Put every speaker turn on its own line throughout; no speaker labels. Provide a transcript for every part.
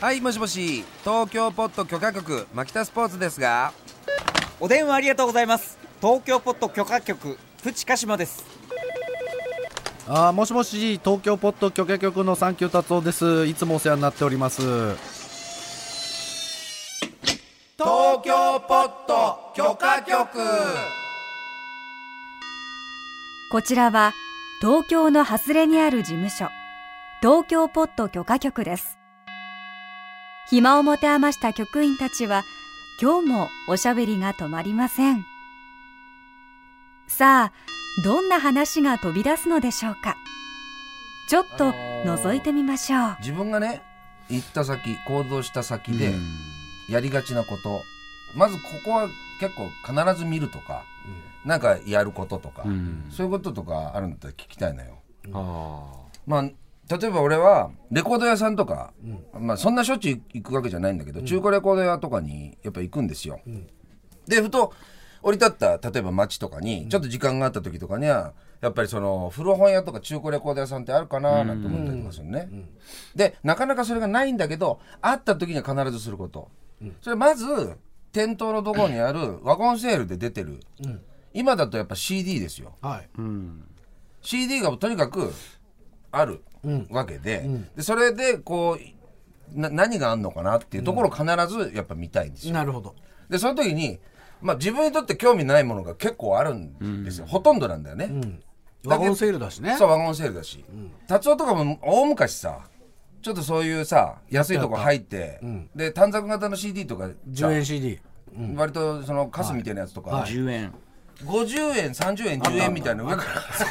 はいもしもし東京ポット許可局牧田スポーツですが
お電話ありがとうございます東京ポット許可局プチカシマです
あーもしもし東京ポッド許可局のサンキュー達夫ですいつもお世話になっております
東京ポット許可局
こちらは東京の外れにある事務所、東京ポット許可局です。暇を持て余した局員たちは、今日もおしゃべりが止まりません。さあ、どんな話が飛び出すのでしょうか。ちょっと覗いてみましょう。
自分がね行った先行動した先で
うん
やりがちなことまずここは結構必ず見るとか、なんかやることとか、
ん
そういうこととかあるんだったら聞きたいのよ。まあ例えば俺はレコード屋さんとか、まあ、そんなしょっちゅう行くわけじゃないんだけど、中古レコード屋とかにやっぱ行くんですよ。でふと降り立った例えば街とかにちょっと時間があった時とかにはやっぱりその古本屋とか中古レコード屋さんってあるかななんて思ったりとかするね。でなかなかそれがないんだけどあった時には必ずすること。それまず店頭のところにあるワゴンセールで出てる、今だとやっぱ CD ですよ。
はい。
CD がとにかくあるわけで,、でそれでこうな何があんのかなっていうところを必ずやっぱ見たいんですよ。
なるほど。
でその時に、まあ、自分にとって興味ないものが結構あるんですよ、ほとんどなんだよね。
ワゴンセールだしね。
そうワゴンセールだし、達夫とかも大昔さちょっとそういうさ安いとこ入って、で短冊型の CD とかさ
10円 CD。
割とそのカスみたいなやつとか、
10円
50円30円10円みたいな上か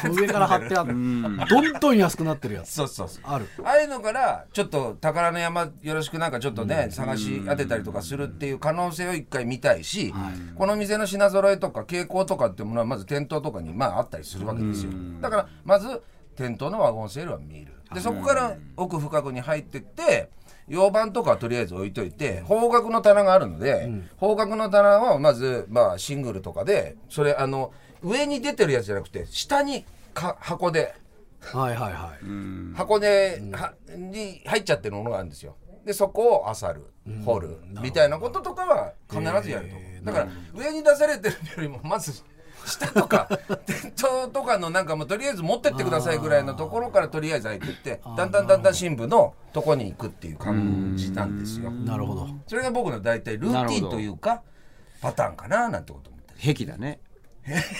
ら
上から 貼ってある。どんどん安くなってるやつ。
そうそうそう
ある。
ああいうのからちょっと宝の山よろしくなんかちょっとね探し当てたりとかするっていう可能性を一回見たいしこの店の品揃えとか傾向とかっていうものはまず店頭とかにまああったりするわけですよだからまず店頭のワゴンセールは見るでそこから奥深くに入ってって洋版とかはとりあえず置いといて方角の棚があるので方角の棚はまずまあシングルとかでそれあの上に出てるやつじゃなくて下にか箱で
はいはいはい。
箱根はに入っちゃってるものがあるんですよでそこを漁る掘るみたいなこととかは必ずやると思うだから上に出されてるよりもまず下とか店頭とかのなんかもうとりあえず持ってってくださいぐらいのところからとりあえず入ってってだんだんだんだん新聞のとこに行くっていう感じなんですよ
なるほど。
それが僕の大体ルーティンというかパターンかななんてこと思ってる
壁だね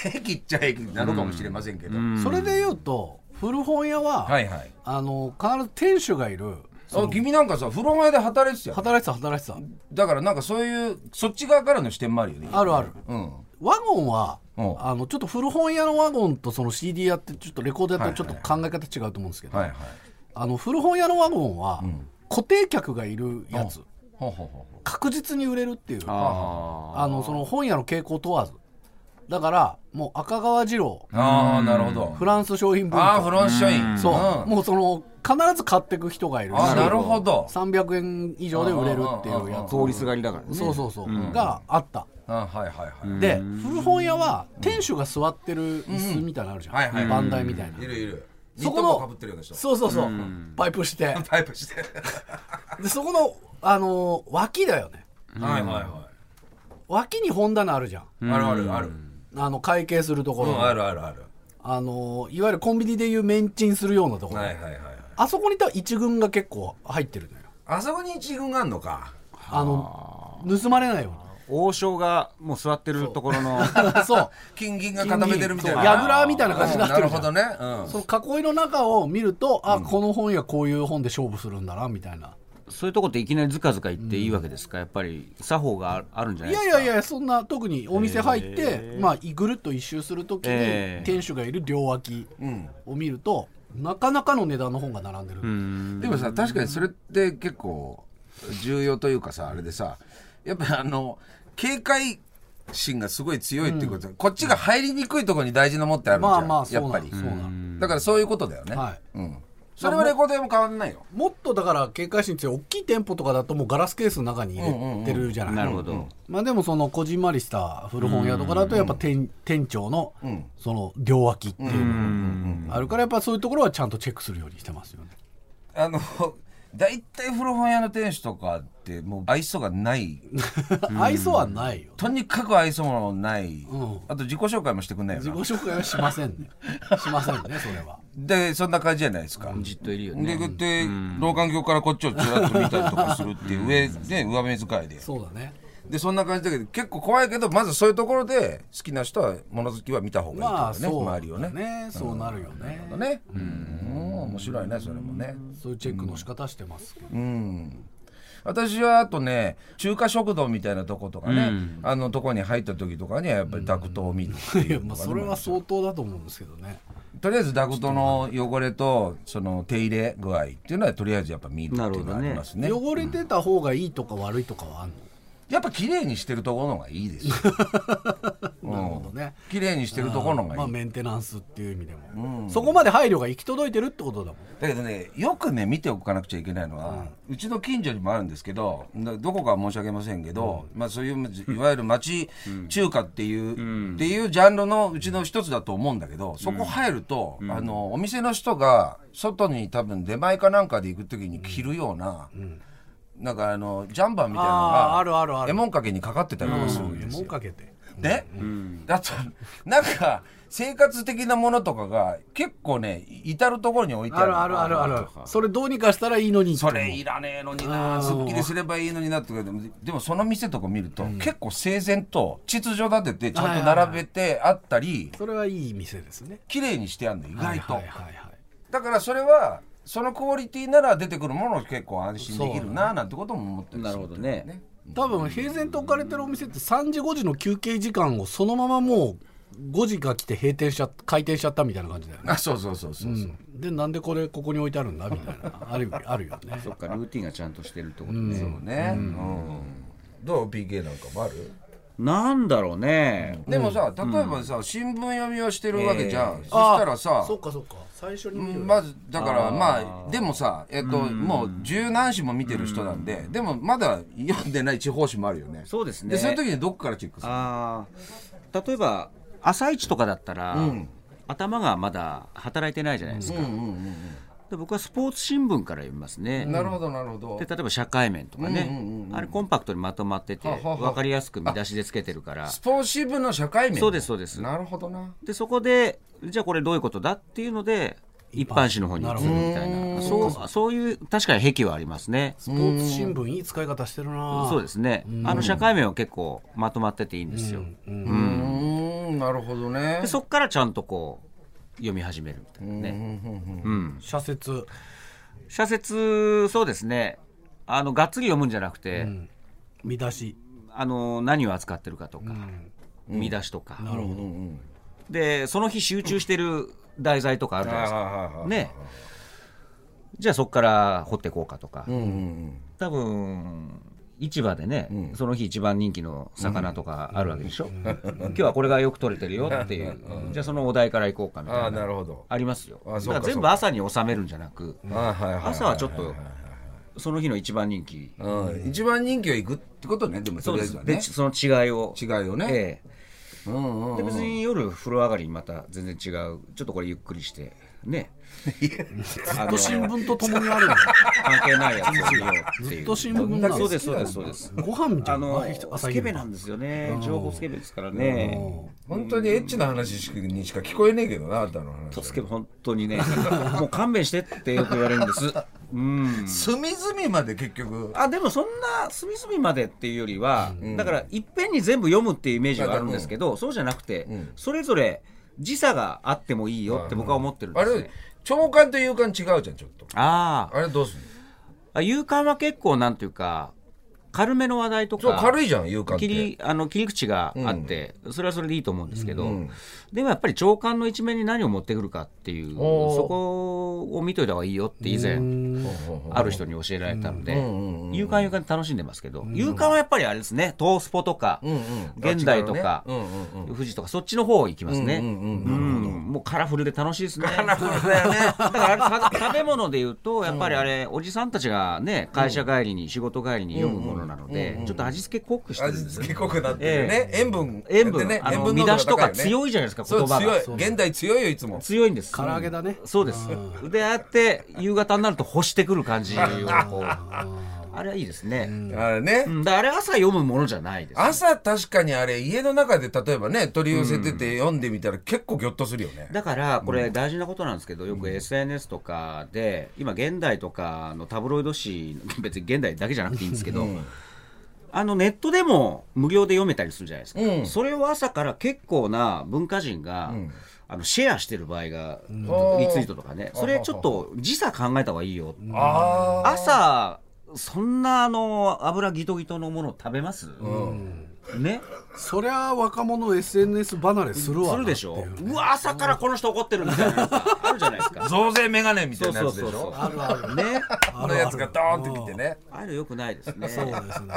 平気っちゃ平気なのかもしれませんけど
それで言うと、古本屋
は
は、
いはい
あの、必ず店主がいる。
あ君なんかさ風呂前で働いてたよね
働いてた働いて
だからなんかそういうそっち側からの視点もあるよね。
た。あるある。
うん。
ワゴンは、
うん
あのちょっと古本屋のワゴンとその CD 屋ってちょっとレコード屋ってちょっと考え方違うと思うんですけど、
はいはい。
あの古本屋のワゴンは、固定客がいるやつ
ほうほうほう
確実に売れるっていう
あ
あのその本屋の傾向問わずだからもう赤川次郎
ああなるほど。
フランス商品文
ああフ
化
ロンショイン。
そう、
ん
もうその必ず買ってく人がいるし
ああなるほど。
300円以上で売れるっていうやつ
通りすがりだからね
そうそうそう、があった
あはいはいはい。
で古本屋は店主が座ってる椅子みたいなのあるじゃん、
はいはい
番台みたいな、
いるいる。ニ
そ
ット
この
帽かぶってるような人。
そうそうそう、パイプして
タイプして。
でそこの、あのー脇だよね
はいはいは
脇に本棚あるじゃん、
い。あるあるある。
あの会計するとこ
う
ろ、
んあるあるある。
あのーいわゆるコンビニでいうメンチンするようなところ、
はいはいはいはい。
あそこに多分一軍が結構入ってるのよ
あそこに一軍があんのか。
あの盗まれないよ
王将がもう座ってるところ の
うに そう
金銀が固めてるみたい
そうや
な。
ぐらみたいな感じになって
なる
るじ
ほ
ゃん
どね。う
その囲いの中を見るとあ、この本やこういう本で勝負するんだなみたいな
そういうとこっていきなりずかずか行っていいわけですかやっぱり作法がああるんじゃない
い
で
や
す
い
か
やいやそんな特にお店入って、まあぐるっと一周するときに、
えー
店主がいる両脇
ん
を見ると、なかなかの値段の本が並んでる、
ん。でもさ確かにそれって結構重要というかさあれでさやっぱあの警戒心がすごい強いっていうことは、こっちが入りにくいところに大事なもんってあるじゃん、
まあまあそう
やっ
な
ぱ
の
り
そうなの
だからそういうことだよね、
はい
うん、それはレコード屋も変わんないよ
もっとだから警戒心強い大きい店舗とかだともうガラスケースの中に入れてるじゃない、
なるほど、
まあでもそのこじんまりした古本屋とかだとやっぱ店店長のその両脇っていうのがあるからやっぱそういうところはちゃんとチェックするようにしてますよね。
あの大体古本屋の店主とかってもう愛想がない
愛想はないよ
とにかく愛想もない、
うん
あと自己紹介もしてくんないよ
自己
な
紹介はしません ねしませんねそれは
でそんな感じじゃないですか、
じっといるよ
で
ね
こうやって老眼鏡からこっちをちらっと見たりとかするっていう上で上目遣いで
そうだね
でそんな感じだけど結構怖いけどまずそういうところで好きな人は物好きは見た方がいいと
ま
か
あ
ね、
そう
周りをね
ねそうなるよね
ねうん面白いねそれもね
そういうチェックの仕方してますけど
私はあとね中華食堂みたいなとことかね、あのとこに入った時とかにはやっぱりダクトを見るって
い
い
や
うの
まあ
がね
それは相当だと思うんですけどね
とりあえずダクトの汚れとその手入れ具合っていうのはとりあえずやっぱ見るっていうのはありますね
汚れてた方がいいとか悪いとかはあんの
やっぱ綺麗にしてるところの方がいい ですよ
なるほどね
綺麗にしてるところの方がいい、
まあメンテナンスっていう意味でも、そこまで配慮が行き届いてるってことだもん
だけどねよくね見ておかなくちゃいけないのは、うちの近所にもあるんですけどなどこかは申し訳ませんけど、まあ、そういういわゆる町中華っていう、っていうジャンルのうちの一つだと思うんだけどそこ入ると、あのお店の人が外に多分出前かなんかで行く時に着るような。なんかあのジャンバーみたいなの
あーあるあるあ
が
る
絵文かけにかかってたりとかするんですよ
もうかけて
ね、あとなんか生活的なものとかが結構ね至る所に置いてあ
あ
る
るあるあるあるそれどうにかしたらいいのにって
そ
思う
れいらねえのになすっきりすればいいのになってでもでもその店とか見ると、結構整然と秩序立ててちゃんと並べてあったり
それはいい店ですね
綺麗にしてあるの意外と、
はいはいはいはい
だからそれはそのクオリティなら出てくるものを結構安心できるななんてことも思ってる
なるほどね
多分平然と置かれてるお店って3時5時の休憩時間をそのままもう5時が来て閉店しちゃ開店しちゃったみたいな感じだよね、
あそうそうそうそうそう、
でなんでこれここに置いてあるんだみたい なあるあるよね
そっかルーティンがちゃんとしてるってことね、
そうね、うんどう PK なんかもある
なんだろうね
でもさ、例えばさ、新聞読みをしてるわけじゃん。そし
あ
たらさ、
そうかそうか最初に見る
まずだからまあでもさ、えっともう十何紙も見てる人なんで、でもまだ読んでない地方紙もあるよね。
そうですね
でそういう時にどっからチェックする？
あー例えば朝一とかだったら、頭がまだ働いてないじゃないですか、で僕はスポーツ新聞から読みますね
なるほどなるほど
で。例えば社会面とかね、あれコンパクトにまとまってて
ははは
分かりやすく見出しでつけてるから
スポーツ新聞の社会面。
そうですそうです
なるほどな。
でそこでじゃあこれどういうことだっていうので一般紙の方に移るみたいなそうそういう確かに癖はありますね
スポーツ新聞いい使い方してるな
そうですねあの社会面は結構まとまってていいんですよ
うーんなるほどね
で。そこからちゃんとこう読み始めるみたいなね
社説
社説そうですねあのがっつり読むんじゃなくて、
見出し
あの何を扱ってるかとか、見出しとか、でその日集中してる題材とかあるじゃないです
はいはいはいは
か
い
ねじゃあそこから掘っていこうかとか、
うんうん
多分市場でね、その日一番人気の魚とかあるわけでしょ、今日はこれがよく取れてるよっていう、じゃあそのお題からいこうかみ
うん。あ
た
あ
いな
なるほど。
ありますよ
あ
だ
そう
か
から
全部朝に収めるんじゃなく
あはいはいいいい
朝はちょっとその日の一番人気
うん一番人気をいくってことねでも
そ
とり
う
あ
で
えず
す
は
で
ね。
その違いを
違いをね。
ええ
うんうん。
で別に夜風呂上がりにまた全然違うちょっとこれゆっくりしてねあの
新聞とともにあるの
関係ないやつを見ようって
ず
い
っ
う
と新聞なの
そうですそうですそうです
ご飯みた
あ
いな
の
朝
スケベなんですよね情報スケベですからね
本当にエッチな話しかにしか聞こえねえけどなあんたの話
と。スケベ本当にねもう勘弁してってよく言われるんですうん
隅々まで結局
あでもそんな隅々までっていうよりは、だからいっぺんに全部読むっていうイメージはあるんですけど、そうじゃなくて、それぞれ時差があってもいいよって僕は思ってるんで
あ
すね、
れ長官と勇官違うじゃんちょっと
あー
あれどうすんの
あ勇敢は結構なんていうか軽めの話題と
そう
か
軽いじゃん勇官っ
切
て
りあの切り口があって、それはそれでいいと思うんですけど、でもやっぱり長官の一面に何を持ってくるかっていう
おー
そこを見といた方がいいよって以前ある人に教えられたので勇敢は勇敢で楽しんでますけど勇敢はやっぱりあれですね東スポとか
ん
現代とか
あ違うのね
富士とかそっちの方行きますねうんもうカラフルで楽しいですねカラフルだよね だからあれさ食べ物で言うとやっぱりあれおじさんたちがね会社帰りに仕事帰りに読むもののなので、ちょっと味付け濃くしてるん
味
です
付
よ
け濃くなってるね、
え
塩分
塩分、
ね
あの
塩分
見出しとか
い
強いじゃないですか
そ
言
う
葉
強
が
い現代強いよいつも
強いんです
唐揚げだね
そうですであって夕方になると干してくる感じをこ うあれはいいですね、うん
あれね、
だからあれ朝読むものじゃないです
朝確かにあれ家の中で例えばね取り寄せてて読んでみたら結構ギョッとするよね、
だからこれ大事なことなんですけどよく SNS とかで今現代とかのタブロイド紙 別に現代だけじゃなくていいんですけどあのネットでも無料で読めたりするじゃないですか、
うん
それを朝から結構な文化人が、あのシェアしてる場合が、リツイートとかねそれちょっと時差考えた方がいいよ、
ああ
朝そんなあの油ギトギトのもの食べます、ね
そりゃ若者 SNS 離れするわ
するでしょうわ朝からこの人怒ってるみたいなのがあるじゃないですか
増税メガネみたい
そ
うなや
そう
つでし
そうそう
ょ
あるあるね
あのやつがドーンってきてね
ああいうのよくないですね
そうですね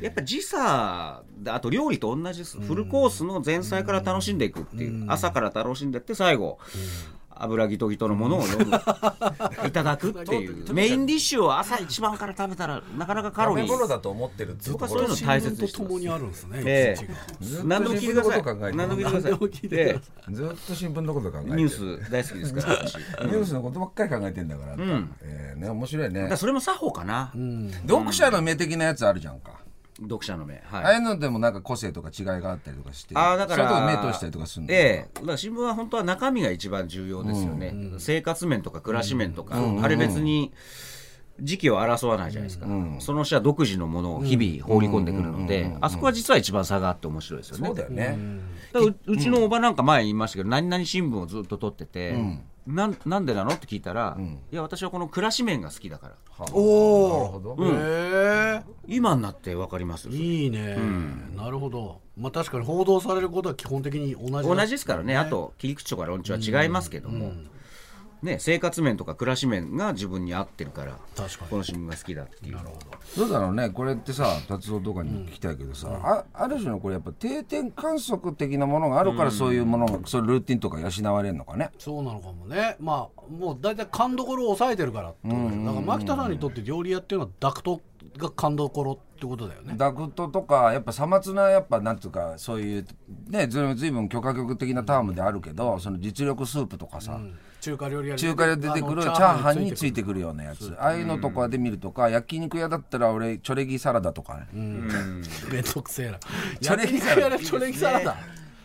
やっぱ時差であと料理と同じですフルコースの前菜から楽しんでいくっていう朝から楽しんでって最後油ギトギトのものを飲むいただくっていうメインディッシュを朝一番から食べたらなかなかカロ
食
リ
べ
ー
物だと思ってるっていうと
僕は
こ
そう
ろ
いうの
新
大切
聞
に
と
してま
共
す
にあるんですね、
え
一日が
え何度も聞いてください何度も聞いてください
何度も聞いてください
ずっと新聞のこと考えてる
ニュース大好きですから私
ニュースのことばっかり考えてんだから、あんたえーね面白い
だ
ね
からそれも作法かな、
読者の目的なやつあるじゃんか、
読者の目はい
ああいうのでもなんか個性とか違いがあったりとかして
あーだから
そういうとこ目通したりとかするの、
ええだから新聞は本当は中身が一番重要ですよね、生活面とか暮らし面とか、あれ別に時期を争わないじゃないですか、その人は独自のものを日々放り込んでくるので、あそこは実は一番差があって面白いですよね
そうだよね、
だからううちのおばなんか前言いましたけど、何々新聞をずっと撮ってて、なんなんでなのって聞いたら、いや私はこの暮らし面が好きだから
おおなる
ほど
へ
今になって分かりますよ
えいいね、なるほどまあ確かに報道されることは基本的に同じだ
同じですからね、あと切り口とか論調は違いますけども、ね、生活面とか暮らし面が自分に合ってるから、
確かに
この新聞が好きだっていう。
どうだろうねこれってさ達夫とかに聞きたいけどさ、あある種のこれやっぱ定点観測的なものがあるからそういうものが、そういうルーティンとか養われるのかね
そうなのかもねまあもう大体勘どころを抑えてるからってことだよだから牧田さんにとって料理屋っていうのはダクトが勘どころってことだよね
ダクトとかやっぱさまつなやっぱなんていうかそういうねずずいぶん許可局的なタームであるけどその実力スープとかさ、
中華料理屋に
中華で出てくるチャーハンについてくるようなやつああいうのとかで見るとか焼肉屋だったら俺チョレギサラダとかね、
めんどくせえな
チョレギサラダ
焼肉屋 でチョレギサラダ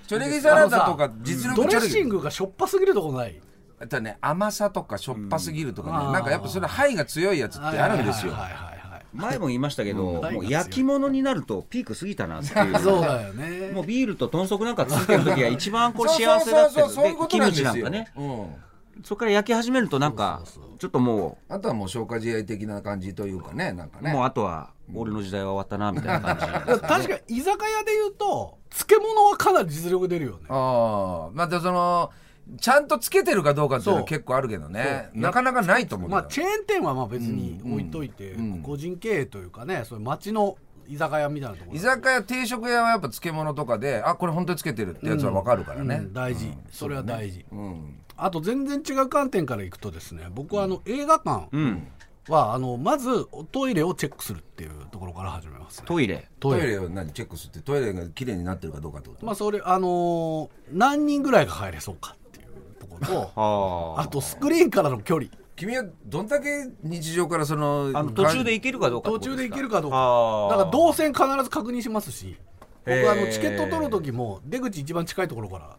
チョレギサラダとか実
ド
力チ
レ
ョ
ッ
レ
シン
ギ
グがしょっぱすぎるとこない
あとね甘さとかしょっぱすぎるとかね、なんかやっぱそれ肺が強いやつってあるんですよ、
はいはいはいはい
前も言いましたけど、
うん
もう焼き物になるとピーク過ぎたなっていう。
そうだよね
もうビールと豚足なんか続ける時が一番こう
そう
幸せだって
そうそうそうそういう
で
こ
キ
とな
ム
んです
チ
よ
なんかね
うん
そこから焼き始めるとなんかちょっとも
あとはもう消化試合的な感じというかねなんか
う、
ね
もうあとは俺の時代は終わったなみたいな感
確
じ
かに居酒屋で言うと漬物はかなり実力出るよね
ああまたそのちゃんとつけてるかどうかっていうのは結構あるけどねなかなかないと思う
まあ
け
チェーン店はまあ別に置いといて、個人経営というかねそういう町の居酒屋みたいなと
ど
ころ
居酒屋定食屋はやっぱ漬物とかであこれ本当につけてるってやつはわかるからね、
うん大事、それは大事、
うん
あと全然違う観点からいくとですね僕はあの映画館は、あのまずトイレをチェックするっていうところから始めます、ね、
トイレ
ト
ト
イ
イ
レ
レを何チェックするってトイレが綺麗になってるかどうかってこと、
まあそれあのー何人ぐらいが入れそうかっていうところと
あ
あとスクリーンからの距離
君はどんだけ日常からその
あの途中で行けるかどうかっ
途
てこと
中
す
で行けるかどうか
あー
だから動線必ず確認しますし
へ
僕
ー
あのチケット取る時も出口一番近いところから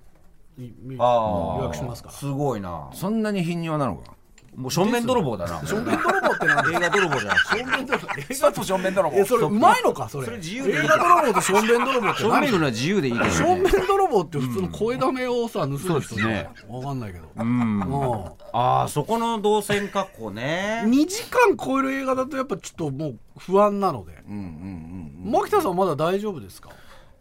いみ
あー
予約しますから
すごいな
そんなに頻尿なのか
もう正面泥棒だな
正面泥棒 ってなんだ
映画泥棒じゃない
正面泥棒
さと正面だろ
えそれうまいのかそれ
それ自由でいい
映画泥棒と正面泥棒って
正面
何
のは自由でいいです
正
よね
面泥棒って普通の声だめをさ盗む人
そうですね
わかんないけど
うん
も
ああそこの動線確保
う
ね
2時間超える映画だとやっぱちょっともう不安なので
うんうん
牧田さんはまだ大丈夫ですか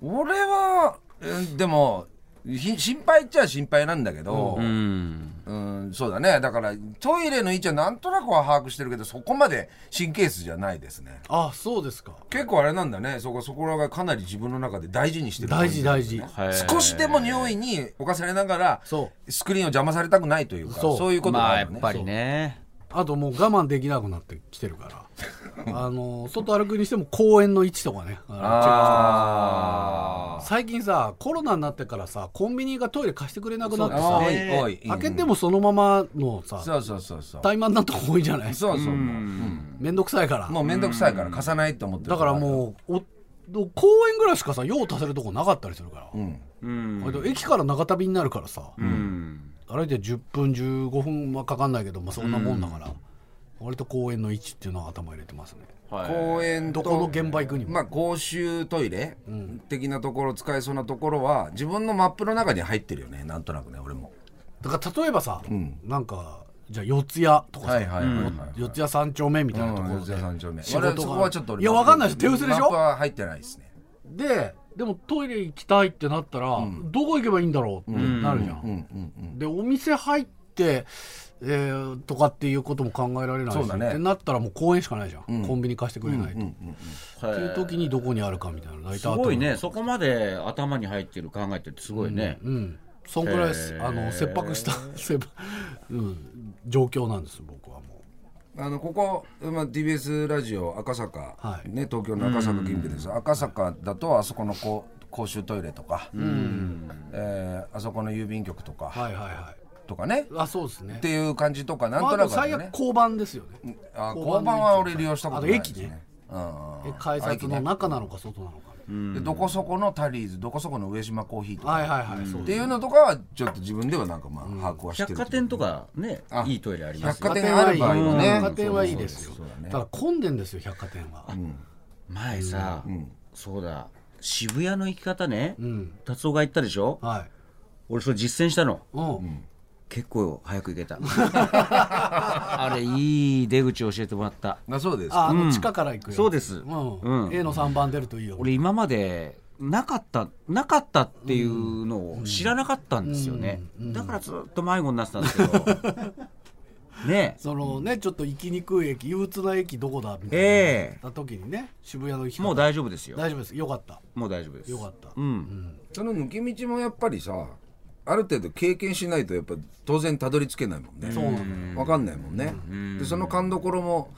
うん俺はうんでもひ心配っちゃ心配なんだけど、
うん
うんそうだねだからトイレの位置はなんとなくは把握してるけどそこまで神経質じゃないですね
あそうですか
結構あれなんだねそこそこらがかなり自分の中で大事にしてる
大事大事
少しでも匂いに侵されながら
そう
スクリーンを邪魔されたくないというか
そ
そうういうこと
ま
が
あ
あ
や
る
っ
ね、
ぱりね
あともう我慢できなくなってきてるか らあの外歩くにしても公園の位置とかねあのチェックしてます
あー
最近さコロナになってからさコンビニがトイレ貸してくれなくなって
そ
さ
うですね多い多い
開けてもそのままのさ
そうそうそうそう
怠慢なとこ多いじゃない
そうそうもう
めんどくさいから
もう面倒くさいから貸さないと思ってる
だから
う
もうお公園ぐらいしかさ用足せるとこなかったりするから、
うん
うん
あと駅から長旅になるからさ、
うん
歩いて10分15分はかかんないけど、まあ、そんなもんだから、割と公園の位置っていうのは頭入れてますね
公園と
どこの現場行くにも、
まあ公衆トイレ的なところ使えそうなところは自分のマップの中に入ってるよねなんとなくね俺も
だから例えばさ、なんかじゃあ四谷とかさ、
はいはいはいはい
四谷三丁目みたいなところ
四
で、
谷三丁目
仕事が
俺そこはちょっと俺
いやわかんないです手薄でしょ
マップは入ってないですね
ででもトイレ行きたいってなったら、どこ行けばいいんだろうってなるじゃん、でお店入って、えーとかっていうことも考えられないし
そうだね
ってなったらもう公園しかないじゃん、コンビニ貸してくれないと、っていう時にどこにあるかみたいな大体
すごいねそこまで頭に入ってる考えてるってすごいね、
うん、そんぐらいです
へー
あの切迫した、 切迫うん、状況なんです僕はも
あのここ、まあ、TBS ラジオ赤坂、
はい
ね、東京の赤坂近辺です、赤坂だとあそこのこう公衆トイレとか、えーあそこの郵便局とか、
うはいはいはい
とかね
あそうですね
っていう感じとかなん
まあ
と
あ
な
と
くある
最
よ
悪
ね、
交番ですよね
あ
交
交番は俺利用したことないです
あと駅ね
ねうん
え改札の中なのか外なのか、
でどこそこのタリーズどこそこの上島コーヒーとか、
はいはいはい、そう
っ
で
ていうのとかはちょっと自分ではなんかまあ把握はして
百
る
貨店とかねいいトイレあります
百
よ
貨店がある場合はね
百貨店はいいですよ
そうだね
ただ混んでんですよ百貨店は、
前さ、そうだ渋谷の行き方ね、
ん
達夫が言ったでしょ
はい
俺それ実践したの
うん、
結構早く行けた あれいい出口教えてもらった
まあそうです
ああの地下から行くよ、
そうです
うん
うん
A の3番出るといいよ
俺今までなかったなかったっていうのを知らなかったんですよね、だからずっと迷子になってたんです けどね
そのねちょっと行きにくい駅憂鬱な駅どこだみたいな、
ええ
た時にね渋谷の行き方
もう大丈夫ですよ
大丈夫ですよかった
もう大丈夫です
よかった
うん、
その抜け道もやっぱりさある程度経験しないとやっぱ当然たどり着けないもんね
そうなん
分かんないもんねでその勘どころも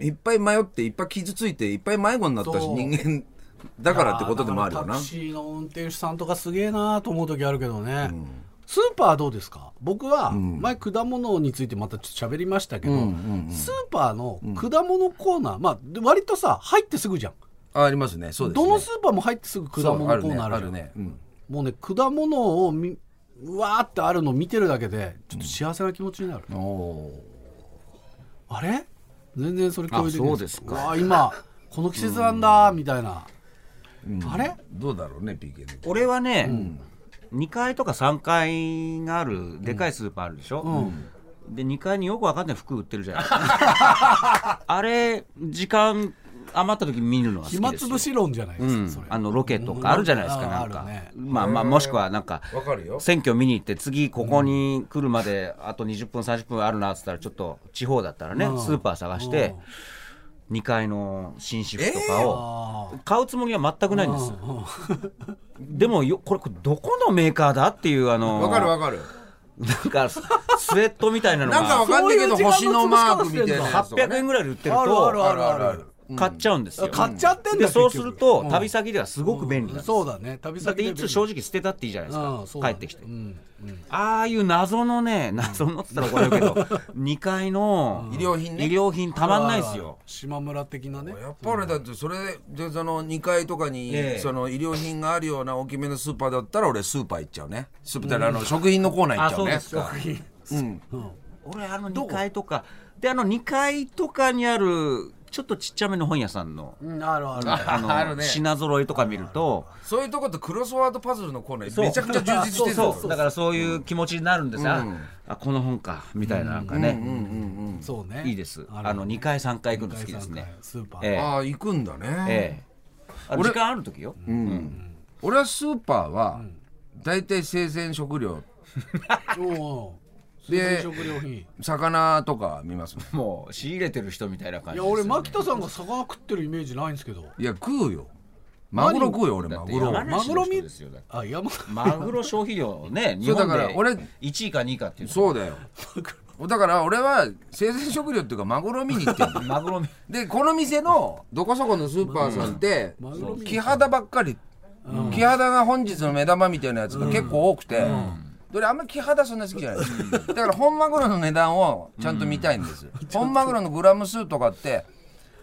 いっぱい迷っていっぱい傷ついていっぱい迷子になったし
そう
人間だからってことでもあるよ
だから
な
タクシーの運転手さんとかすげえなーと思う時あるけどね、スーパーどうですか僕は前果物についてまたちょっと喋りましたけど、スーパーの果物コーナー、まあで割とさ入ってすぐじゃん、
あありますねそうですね
どのスーパーも入ってすぐ果物コーナーあるじゃ
る
ん
ねあるね
もうね果物をみうわーってあるのを見てるだけでちょっと幸せな気持ちになる、
うんお
あれ全然それ共有できない
あそうですか
わー今この季節なんだーみたいな、あれ
ーどうだろうね PK で
俺はね、2階とか3階があるでかいスーパーあるでしょ、で2階によくわかんない服売ってるじゃない あれ時間余った時に見るのは好きです
暇
よ
つぶし論じゃないですか、それ
あのロケとかあるじゃないですか、
うん
なんか、
あるね
まあまあもしくはなんか
わかるよ
選挙見に行って次ここに来るまであと20分30分あるなっつったらちょっと地方だったらね、スーパー探して、2階の紳士服とかを買うつもりは全くないんです、 でもよこれこれどこのメーカーだっていうあの
わかるわかる
なんかススウェットみたいなの
なんかわ
が
かんないけど
そういう
星
時間
の
の
マ
潰
ー
し方
ク
し
み
てんだ
たいなやつとかね
800円ぐらいで売ってる
あるある
と
あるある
買っちゃうんですよ、
買っちゃってんだ
で
結
そ
局
うすると旅先ではすごく便利なんです
そ
よ
うだね旅
だっ
先
て
で
いつ正直捨てたっていいじゃないです
う
か
んそうだ
帰
ね
ってきて、
うん
ああいう謎のね謎のって言ったら怒られる けど2階の
医療品ね
医療品たまんないですよ
島村的なね
やっぱりだってそれでその2階とかに
ええ
その医療品があるような大きめのスーパーだったら俺スーパー行っちゃうねスーパーってあの食品のコーナー行っ
あ
ちゃう
そう
ね
ですか俺あの2階とかであの2階とかにあるちょっとちっちゃめの本屋さんの
うんあるある
あの
あるね
品揃えとか見ると
そういうとことクロスワードパズルのコーナーめちゃくちゃ充実してるんだ
そう
よ
そうだからそういう気持ちになるんですよ、ああこの本かみたいななんかね、
そうね
いいですあの2階3階行くの好きです
二
ね
階三階スーパー
ええ
ああ行くんだね
ええあ時間ある時よ、
俺はスーパーは大体生鮮食料
おう
で
食料品い
魚とか見ますもん
もう仕入れてる人みたいな感じ
や
ですよね
俺牧田さんが魚食ってるイメージないんですけど
いや食うよマグロ食うよ俺
だっ
マ
て
グロ
山梨の人ですよだって
あ山
マグロ消費量ね日
そうだ
本
から俺
で1位か2位かっていうの
そうだよだから俺は生鮮食料っていうかマグロ見に行ってん の
マグロ
でこの店のどこそこのスーパーさんって
マグロ見に行く
木肌ばっかり木肌が本日の目玉みたいなやつが結構多くて俺あんまり木肌そんな好きじゃないですだから本マグロの値段をちゃんと見たいんです本マグロのグラム数とかって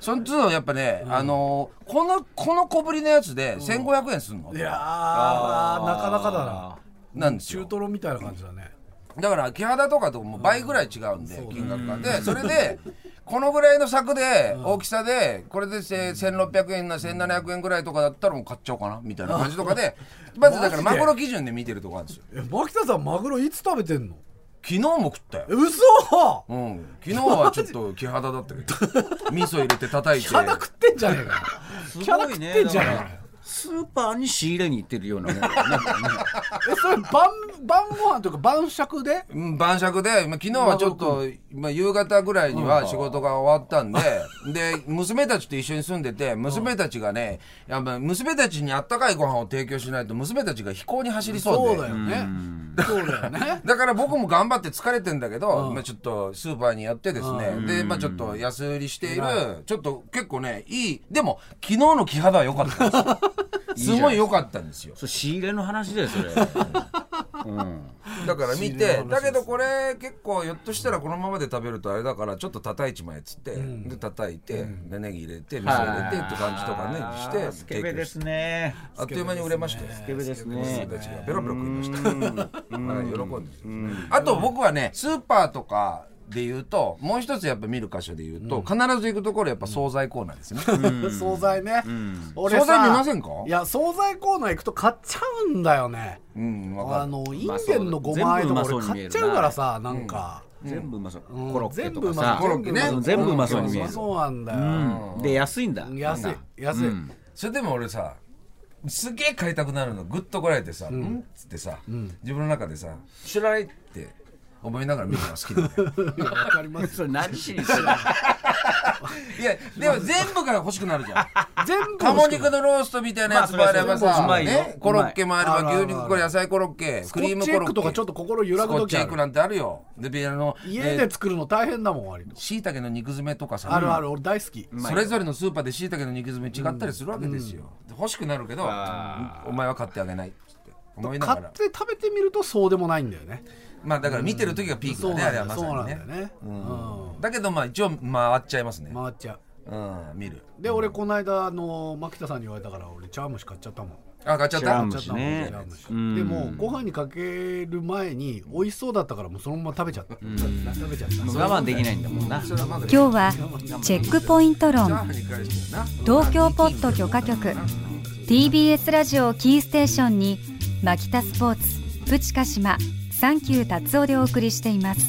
その都度やっぱねあのーこのこの小ぶりのやつで1500円するの
いやーなかなかだな
なんですよ
中トロみたいな感じだね
だから木肌とかともう倍ぐらい違うんで金額がでそれでこのぐらいの柵で大きさでこれでせ1600円な1700円ぐらいとかだったらもう買っちゃおうかなみたいな感じとかでまずだからマ
マジで
グロ基準で見てるとこあるんですよ
え牧田さんマグロいつ食べてんの
昨日も食ったよ
え嘘
うん昨日はちょっと木肌だった けど味噌入れて叩いて
キャラ食ってんじゃねえか
す
キャラ
ご
食っ
いね
てんじゃねえか
スーパーに仕入れに行ってるようなもんだよね
えそれ晩晩ご飯というか晩酌で
うん晩酌で、まあ、昨日はちょっと、まあ、夕方ぐらいには仕事が終わったんで、 で、娘たちと一緒に住んでて、娘たちがね、やっぱ娘たちにあったかいご飯を提供しないと、娘たちが飛行に走りそうで。
そうだよねそうだよね
だから僕も頑張って疲れてんだけど、まあちょっとスーパーにやってですね、で、まあちょっと安売りしている、ちょっと結構ね、いい、でも昨日の木肌は良かったん ですよ。すごい良かったんですよ。
それ仕入れの話だよそれうん
だから見てだけどこれ結構ひょっとしたらこのままで食べるとあれだからちょっと叩いちまえっつって、で叩いて、でネギ入れて味噌入れてって感じとかね
あー
し
ス
て
ケベですね
あっという間に売れましたよ
スケベですね
たちがベロベロ食いました、はい、喜んでる、あと僕はねスーパーとかで言うともう一つやっぱ見る箇所で言うと、必ず行くところやっぱ惣菜コーナーですね、
惣菜ね
惣菜見ませんか
いや惣菜コーナー行くと買っちゃうんだよね
うんわか
あ
る
のイン
まあ
ゲンのごま和えとか
そう
俺
だ全部うまそうに
買
見えるな
っちゃうからさなんか
全部うまそう
うん
コロッケと
全部う
か
ま
さ
そう
コロッケね
うん全部うまそうに
う
見える
まそうなんだよ
うんで安いんだ
安い安い
それでも俺さすげえ買いたくなるのグッとこられてさ「うん?」っつってさ、自分の中でさ「知らない」って思いながら見るのが好きなんだ よ
わかります
それ何しにするの
いやでも全部が欲しくなるじ ゃん
全部
鴨肉のローストみたいなやつもあれば
まあそ
さ、
れはそううまい
ね
よ、
コロッケもあれ
うま
ば
い
牛肉これ野菜コロッケ
ス
ク
コ
リー
ッ
ム
チエ
コ
ッ
ロッ
グ
ケ
とかちょっと心揺ら
ス
ぐ
コッ
時
チエ
あ
ッグ
る
なんてあるよでビアの
家
え
で作るの大変だもんあれ
しいたけの肉詰めとかさ
あるある俺大好き
それぞれのスーパーでしいたけの肉詰め違ったりするわけですよ、で欲しくなるけど
あ
お前は買ってあげないっつって思いなが
買っ
ら
て食べてみるとそうでもないんだよね
まあだから見てる時がピーク
そう
だね、
な
あ
ん
れ
だ
はま
よそうな
さに
んだ
ね
よねうん
だけどまあ一応回っちゃいますね、
回っちゃう
うん見る
で俺この間あの牧田さんに言われたから俺茶碗蒸し買っちゃったもん
あ買っちゃっ
茶
た
碗蒸しね
茶碗蒸し
うん
でもご飯にかける前に美味しそうだったからもうそのまま食べちゃった食べちゃった
我慢できないんだもんな
今日はチェックポイント論
に返してな
東京ポット許可局 TBS ラジオをキーステーションにマキタスポーツプチカシマサンキュー達夫でお送りしています